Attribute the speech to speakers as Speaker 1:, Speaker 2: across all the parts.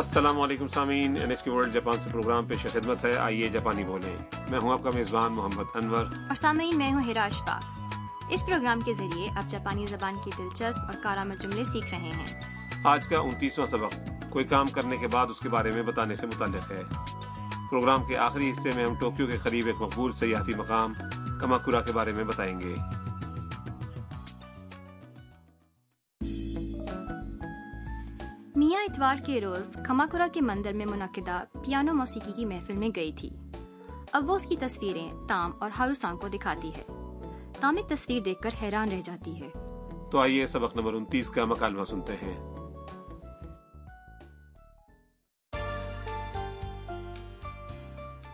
Speaker 1: السلام علیکم سامعین N H K world Japan سے پروگرام پیش خدمت ہے آئیے جاپانی بولیں میں ہوں آپ کا میزبان محمد انور
Speaker 2: اور سامعین میں ہوں ہراش باغ اس پروگرام کے ذریعے آپ جاپانی زبان کے دلچسپ اور کارآمد جملے سیکھ رہے ہیں
Speaker 1: آج کا انتیسواں سبق کوئی کام کرنے کے بعد اس کے بارے میں بتانے سے متعلق ہے پروگرام کے آخری حصے میں ہم ٹوکیو کے قریب ایک مقبول سیاحتی مقام کماکورا کے بارے میں بتائیں گے
Speaker 2: میاں اتوار کے روز کھماکورا کے مندر میں منعقدہ پیانو موسیقی کی محفل میں گئی تھی اب وہ اس کی تصویریں تام اور ہاروسانگ کو دکھاتی ہے تام ایک تصویر دیکھ کر حیران رہ جاتی ہے
Speaker 1: تو آئیے سبق نمبر انتیس کا مکالمہ سنتے ہیں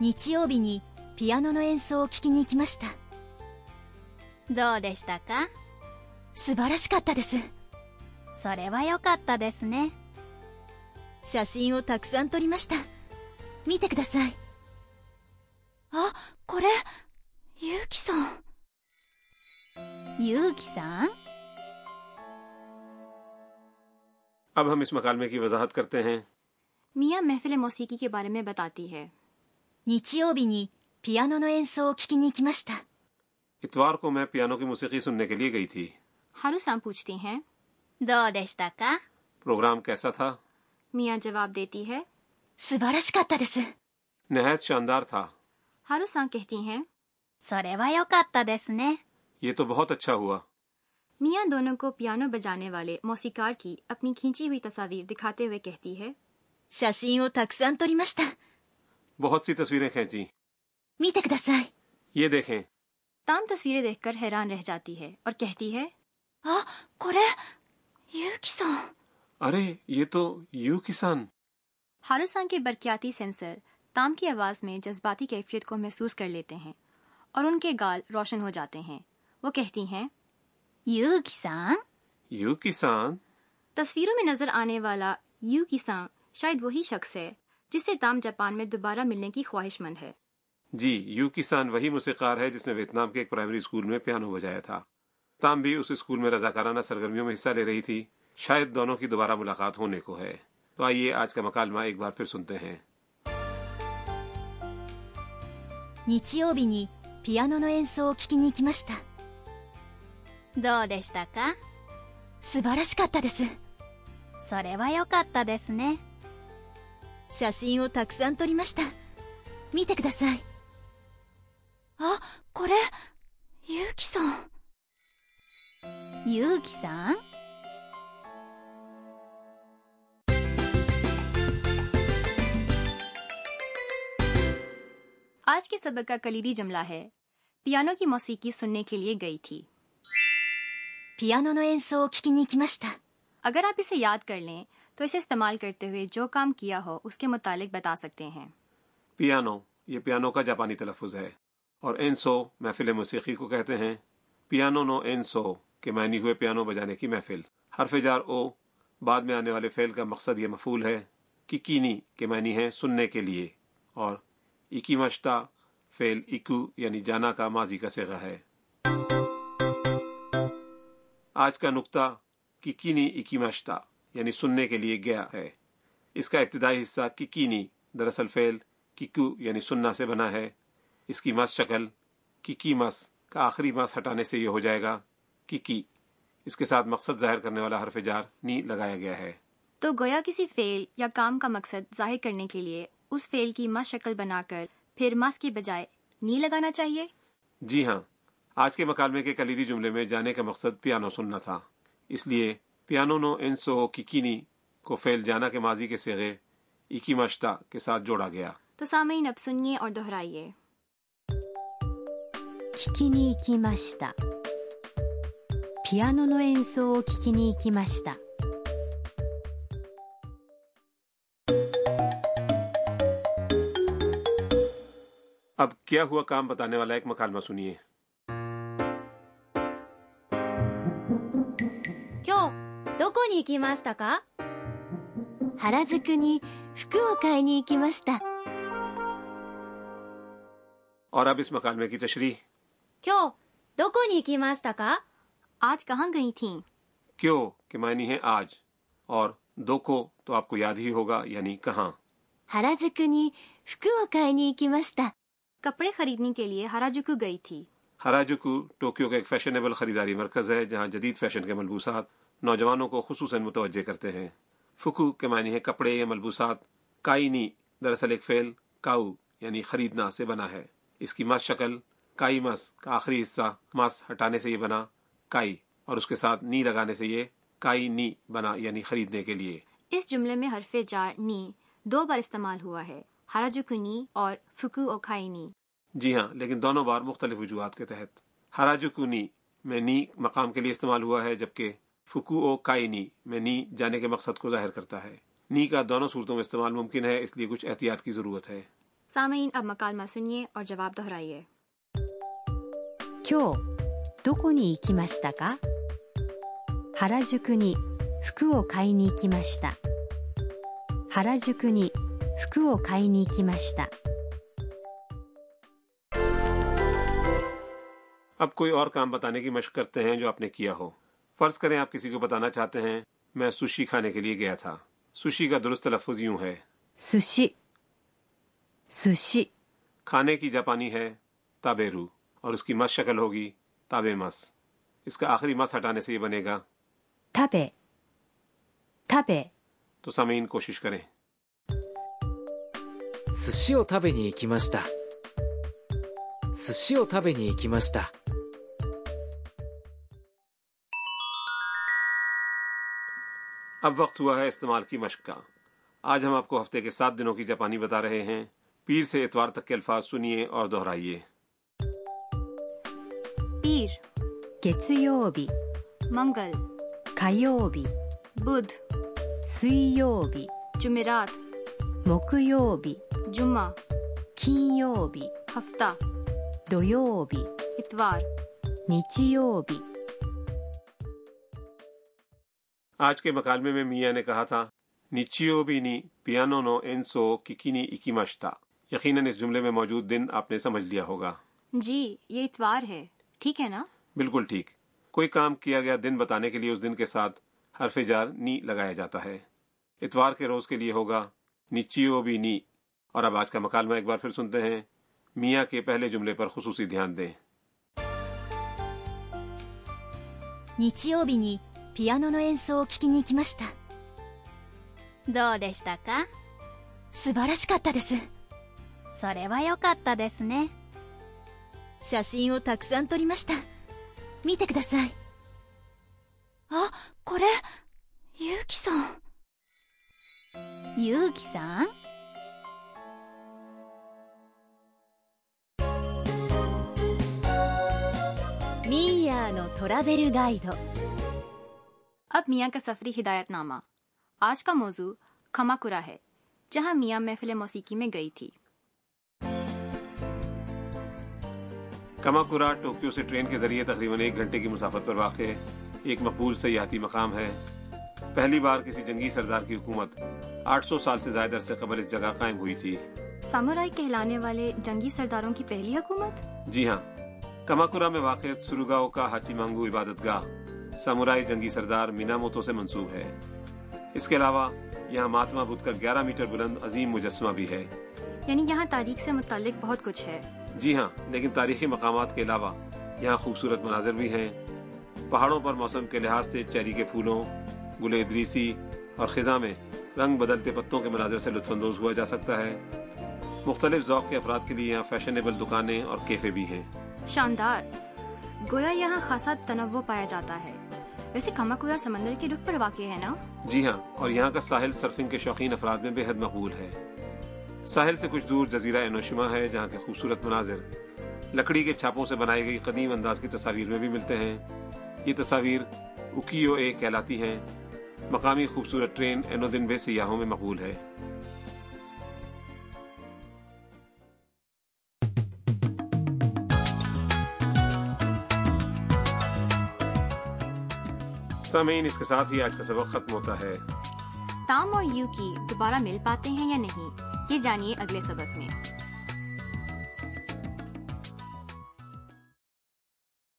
Speaker 3: 日曜日にピアノの演奏を聴きに行きました
Speaker 4: どうでしたか
Speaker 3: 素晴らしかったです
Speaker 4: それは良かったですね
Speaker 3: 写真をたくさん撮りました見てくださいあこれゆうきさん
Speaker 4: ゆうきさん
Speaker 1: اب ہم اس مکالمے کی وضاحت کرتے ہیں
Speaker 2: میاں محفل موسیقی کے بارے میں بتاتی ہے
Speaker 3: 日曜日にピアノの演奏を聴きに行きました
Speaker 1: اتوار کو میں پیانو کی موسیقی سننے کے لیے گئی تھی
Speaker 2: ہاروسانگ پوچھتی ہیں
Speaker 4: どうでしたか
Speaker 1: پروگرام کیسا تھا
Speaker 2: میاں جواب دیتی ہے
Speaker 3: 素晴らしかったです
Speaker 1: نہایت شاندار تھا
Speaker 2: ہاروسانگ کہتی ہیں
Speaker 4: それは良かったですね
Speaker 1: یہ تو بہت اچھا ہوا
Speaker 2: میاں دونوں کو پیانو بجانے والے موسیقار کی اپنی کھینچی ہوئی تصاویر دکھاتے ہوئے کہتی ہے
Speaker 3: 写真をたくさん撮りました
Speaker 1: بہت سی تصویریں کھینچی
Speaker 3: 見てください
Speaker 1: یہ دیکھیں
Speaker 2: تام تصویریں دیکھ کر حیران رہ جاتی ہے اور کہتی ہے
Speaker 3: あこれゆうきさん
Speaker 1: ارے یہ تو یو کسان
Speaker 2: ہاروسانگ کے برقیاتی سینسر تام کی آواز میں جذباتی کیفیت کو محسوس کر لیتے ہیں اور ان کے گال روشن ہو جاتے ہیں وہ کہتی ہیں
Speaker 4: ゆうきさん
Speaker 1: یو کسان
Speaker 2: تصویروں میں نظر آنے والا یو کسان شاید وہی شخص ہے جس سے تام جاپان میں دوبارہ ملنے کی خواہش مند ہے
Speaker 1: جی یو کسان وہی موسیقار ہے جس نے ویتنام کے ایک پرائمری اسکول میں پیانو بجایا تھا تام بھی اس اسکول میں رضاکارانہ سرگرمیوں میں حصہ لے رہی تھی شاید دونوں کی دوبارہ ملاقات ہونے کو ہے تو آئیے آج کا مکالمہ ایک بار پھر سنتے ہیں
Speaker 3: 日曜日にピアノの演奏を聴きに行きました
Speaker 4: どうでしたか
Speaker 3: 素晴らしかったです
Speaker 4: それは良かったですね
Speaker 3: 写真をたくさん撮りました見てくださいあこれゆうきさん
Speaker 4: ゆうきさん
Speaker 2: آج کے سبق کا کلیدی جملہ ہے پیانو کی موسیقی سننے کے لیے گئی تھی
Speaker 3: ピアノの演奏を聴きに行きました
Speaker 2: اگر آپ اسے یاد کر لیں تو اسے استعمال کرتے ہوئے جو کام کیا ہو اس کے متعلق بتا سکتے ہیں
Speaker 1: پیانو یہ پیانو کا جاپانی تلفظ ہے اور اینسو محفل موسیقی کو کہتے ہیں پیانو نو اینسو کے معنی ہوئے پیانو بجانے کی محفل حرف جار او بعد میں آنے والے فعل کا مقصد یہ مفول ہے ککینی کے معنی ہے سننے کے لیے اور اکی مشتا فعل اکو یعنی جانا کا ماضی کا سیغا ہے آج کا نقطہ ککینی اکی مشتا یعنی سننے کے لیے گیا ہے اس کا ابتدائی حصہ ککینی دراصل فعل ککو یعنی سننا سے بنا ہے اس کی مس شکل ککی مس کا آخری مس ہٹانے سے یہ ہو جائے گا ککی اس کے ساتھ مقصد ظاہر کرنے والا حرف جار نی لگایا گیا ہے
Speaker 2: تو گویا کسی فعل یا کام کا مقصد ظاہر کرنے کے لیے اس فعل کی ماں شکل بنا کر پھر ماس کی بجائے نی لگانا چاہیے
Speaker 1: جی ہاں آج کے مکالمے کے کلیدی جملے میں جانے کا مقصد پیانو سننا تھا اس لیے پیانو نو انسو ککینی کو فعل جانا کے ماضی کے سیغے اکی مشتا کے ساتھ جوڑا گیا
Speaker 2: تو سامعین اب سنیے اور دہرائیے
Speaker 5: 聞きに行きましたピアノの演奏を聞きに行きました
Speaker 1: اب کیا ہوا کام بتانے والا ایک مکالمہ سنیے
Speaker 3: 今日どこに行きましたか
Speaker 5: 原宿に服を買いに行きました
Speaker 1: اور اب اس مکالمے کی تشریح
Speaker 3: 今日どこに行きましたか
Speaker 2: آج کہاں گئی تھیں
Speaker 1: کیو کے معنی ہے آج اور どことआपको याद ही होगा यानी कहाँ
Speaker 3: 原宿に服を買いに行きました。
Speaker 2: کپڑے خریدنے کے لیے ہراجوکو گئی تھی
Speaker 1: ہراجوکو ٹوکیو کا ایک فیشنیبل خریداری مرکز ہے جہاں جدید فیشن کے ملبوسات نوجوانوں کو خصوصاً متوجہ کرتے ہیں فکو کے معنی ہے کپڑے یا ملبوسات کائنی دراصل ایک فعل کاؤ یعنی خریدنا سے بنا ہے اس کی مس شکل کائی مس کا آخری حصہ مس ہٹانے سے یہ بنا کائی اور اس کے ساتھ نی لگانے سے یہ کائی نی بنا یعنی خریدنے کے لیے
Speaker 2: اس جملے میں حرف جار نی دو بار استعمال ہوا ہے ہراجوکو نی اور فکو اوکھائی نی
Speaker 1: جی ہاں لیکن دونوں بار مختلف وجوہات کے تحت ہراجوکو نی میں نی مقام کے لیے استعمال ہوا ہے جبکہ فکو او کائی نی میں نی جانے کے مقصد کو ظاہر کرتا ہے نی کا دونوں صورتوں میں استعمال ممکن ہے اس لیے کچھ احتیاط کی ضرورت ہے
Speaker 2: سامعین اب مکالمہ سنیے اور جواب دہرائیے
Speaker 5: 今日どこに行きましたか原宿に服を買いに行きました原宿に服を買いに行きました
Speaker 1: اب کوئی اور کام بتانے کی مشق کرتے ہیں جو آپ نے کیا ہو فرض کریں آپ کسی کو بتانا چاہتے ہیں میں سوشی کھانے کے لیے گیا تھا سوشی کا درست تلفظ یوں ہے
Speaker 5: 寿司寿司
Speaker 1: کھانے کی جاپانی ہے تابیرو اور اس کی مس شکل ہوگی تابے مس اس کا آخری مس ہٹانے سے یہ بنے گا
Speaker 5: 食べ食べ
Speaker 1: تو سامعین کوشش کریں
Speaker 6: 寿司を食べに行きました寿司を食べに行きました「
Speaker 1: اب وقت ہوا ہے استعمال کی مشق کا آج ہم آپ کو ہفتے کے سات دنوں کی جاپانی بتا رہے ہیں پیر سے اتوار تک کے الفاظ سنیے اور دہرائیے
Speaker 2: پیر
Speaker 5: 月曜日
Speaker 2: منگل
Speaker 5: 火曜日
Speaker 2: بدھ
Speaker 5: 水曜日
Speaker 2: جمعرات
Speaker 5: 木曜日
Speaker 2: جمعہ
Speaker 5: 金曜日
Speaker 2: ہفتہ
Speaker 5: 土曜日
Speaker 2: اتوار
Speaker 5: 日曜日
Speaker 1: آج کے مکالمے میں میاں نے کہا تھا نیچیو بھی نی پیانو نو این سو ککینی اکی مشتا یقیناً اس جملے میں موجود دن آپ نے سمجھ لیا ہوگا
Speaker 2: جی یہ اتوار ہے ٹھیک ہے نا
Speaker 1: بالکل ٹھیک کوئی کام کیا گیا دن بتانے کے لیے اس دن کے ساتھ حرف جار نی لگایا جاتا ہے اتوار کے روز کے لیے ہوگا نیچیو بھی نی اور اب آج کا مکالمہ ایک بار پھر سنتے ہیں میاں کے پہلے جملے پر خصوصی دھیان دیں
Speaker 3: 日曜日にピアノの演奏を聴きに行きました。
Speaker 4: どうでしたか
Speaker 3: 素晴らしかったです。
Speaker 4: それは良かったですね
Speaker 3: 写真をたくさん撮りました。見てください。
Speaker 2: Ah,
Speaker 3: あ、これ、ゆうきさん。
Speaker 4: ゆうきさん
Speaker 3: ミーヤーのトラベルガイド。
Speaker 2: اب میاں کا سفری ہدایت نامہ آج کا موضوع کھماکورا ہے جہاں میاں محفل موسیقی میں گئی تھی
Speaker 1: کماکورا ٹوکیو سے ٹرین کے ذریعے تقریباً ایک گھنٹے کی مسافت پر واقع ایک مقبول سیاحتی مقام ہے پہلی بار کسی جنگی سردار کی حکومت آٹھ سو سال سے زائد عرصے قبل اس جگہ قائم ہوئی تھی
Speaker 2: سامورائی کہلانے والے جنگی سرداروں کی پہلی حکومت
Speaker 1: جی ہاں کماکورا میں واقع سروگاؤ کا ہاچی مانگو عبادت گاہ سامورائی جنگی سردار میناموتو سے منسوب ہے اس کے علاوہ یہاں مہاتما بدھ کا گیارہ میٹر بلند عظیم مجسمہ بھی ہے
Speaker 2: یعنی یہاں تاریخ سے متعلق بہت کچھ ہے
Speaker 1: جی ہاں لیکن تاریخی مقامات کے علاوہ یہاں خوبصورت مناظر بھی ہیں پہاڑوں پر موسم کے لحاظ سے چیری کے پھولوں گل ادریسی اور خزاں میں رنگ بدلتے پتوں کے مناظر سے لطف اندوز ہوا جا سکتا ہے مختلف ذوق کے افراد کے لیے یہاں فیشنیبل دکانیں اور کیفے بھی ہیں
Speaker 2: شاندار گویا یہاں خاصا تنوع پایا جاتا ہے ویسے کھماکورا سمندر کے رخ پر واقع ہے نا
Speaker 1: جی ہاں اور یہاں کا ساحل سرفنگ کے شوقین افراد میں بے حد مقبول ہے ساحل سے کچھ دور جزیرہ انوشما ہے جہاں کے خوبصورت مناظر لکڑی کے چھاپوں سے بنائی گئی قدیم انداز کی تصاویر میں بھی ملتے ہیں یہ تصاویر اوکیو اے کہلاتی ہیں مقامی خوبصورت ٹرین اینو دن بے سیاحوں میں مقبول ہے سامعین اس کے ساتھ ہی آج کا سبق ختم ہوتا ہے
Speaker 2: تام اور یو کی دوبارہ مل پاتے ہیں یا نہیں یہ جانیے اگلے سبق میں